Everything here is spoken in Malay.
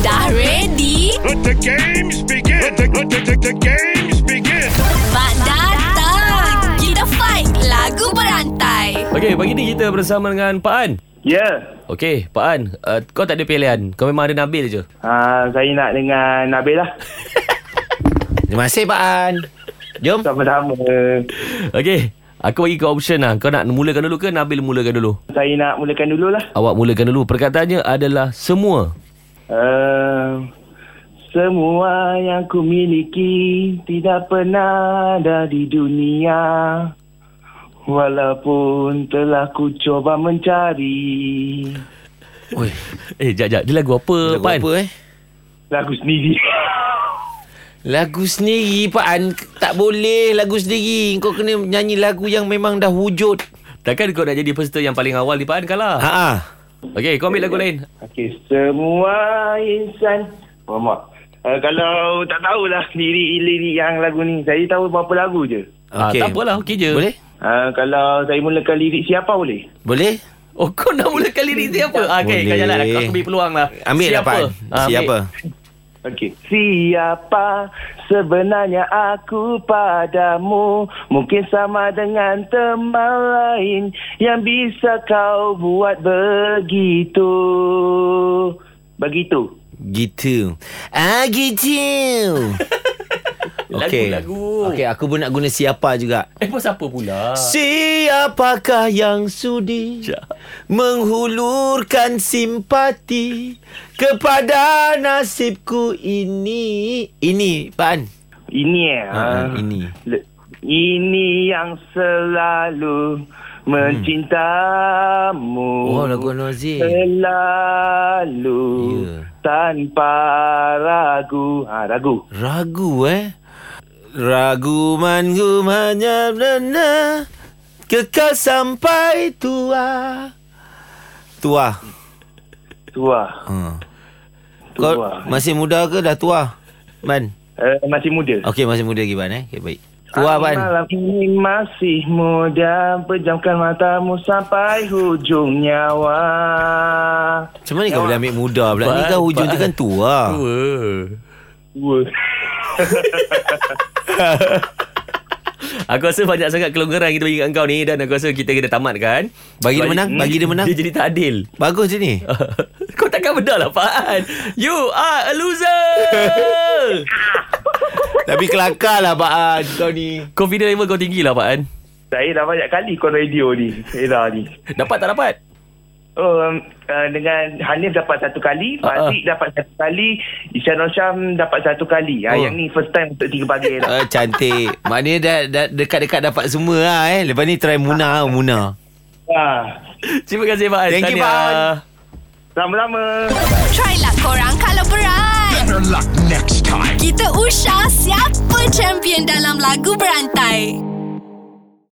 Dah ready? Let the games begin. Let the, let the, the, the games begin. Mak datang! Kita fight lagu berantai. Okey, pagi ni kita bersama dengan Pak An. Ya, Okey, Pak An, uh, kau tak ada pilihan. Kau memang ada Nabil je. uh, saya nak dengan Nabil lah. Terima kasih Pak An. Jom. Sama-sama. Okey, aku bagi kau option lah. Kau nak mulakan dulu ke Nabil mulakan dulu? Saya nak mulakan dulu lah. Awak mulakan dulu. Perkataannya adalah semua. Uh, semua yang ku miliki tidak pernah ada di dunia. Walaupun telah ku cuba mencari Oi, Eh, jap, jap. Dia lagu apa, lagu Pak An? apa eh? lagu sendiri. Lagu sendiri Pak An Tak boleh lagu sendiri Kau kena nyanyi lagu yang memang dah wujud Takkan kau nak jadi peserta yang paling awal ni, Pak An kalah. Haa Okey, kau ambil lagu lain. Okey, semua insan. Mama. Uh, kalau tak tahulah lirik-lirik yang lagu ni. Saya tahu berapa lagu je. Okay. Ah, tak apalah, okey je. Boleh? Uh, kalau saya mulakan lirik siapa boleh? Boleh? Oh, kau nak mulakan lirik siapa? Ah, okey, kau Boleh. jalan. Aku, aku beri peluang lah. Ambil lah Pak An Ah, ambil. Siapa? Okey. Siapa sebenarnya aku padamu? Mungkin sama dengan teman lain yang bisa kau buat begitu. Begitu. Gitu Ah gitu Okey. Lagu-lagu. Okey, aku pun nak guna siapa juga Eh, pasal apa pula? Ah. Siapakah yang sudi Sekejap. menghulurkan simpati kepada nasibku ini? Ini, Pak An. Ini eh. Ha, ah. ini. Le- Ini yang selalu mencintamu. Oh, lagu Anwar Aziz. Selalu Ya. tanpa ragu. Ha, ragu. Ragu eh. Ragu man gumanya nana kekal sampai tua. Tua. Tua. Ha. Kau Tua. masih muda ke dah tua? Ban. Uh, masih muda. Okey, masih muda lagi Ban eh. Okey, baik. Tua Ban. Malam ini masih muda Pejamkan matamu sampai hujung nyawa Macam mana kau boleh ambil muda pula? Ni Ban, kau hujung tu Ban. kan tua. Tua. Dua Aku rasa banyak sangat kelonggaran kita bagi kat kau ni dan aku rasa kita kena tamat kan. Bagi dia Sebab- menang, bagi dia menang. Dia jadi tak adil. Bagus je ni. Kau takkan benar lah Pak An. You are a loser. Tapi kelakar lah Pak An kau ni. Confident level kau tinggi lah Pak An. Saya dah banyak kali call radio ni Era ni Dapat tak dapat? um, uh, Dengan Hanif dapat satu kali Ah, ah. Fatik dapat satu kali Ishan Rosham dapat satu kali ha, Oh. Yang ni first time untuk tiga pagi dah. Uh, cantik. Maknanya dah, dah dekat-dekat dapat semua lah eh. Lepas ni try Muna lah, Muna. Ah, Terima kasih Pak An. Thank you, Tahniah. Pak An. Sama-sama Try lah korang kalau berat. Better luck next time. Kita usah siapa champion dalam lagu berantai.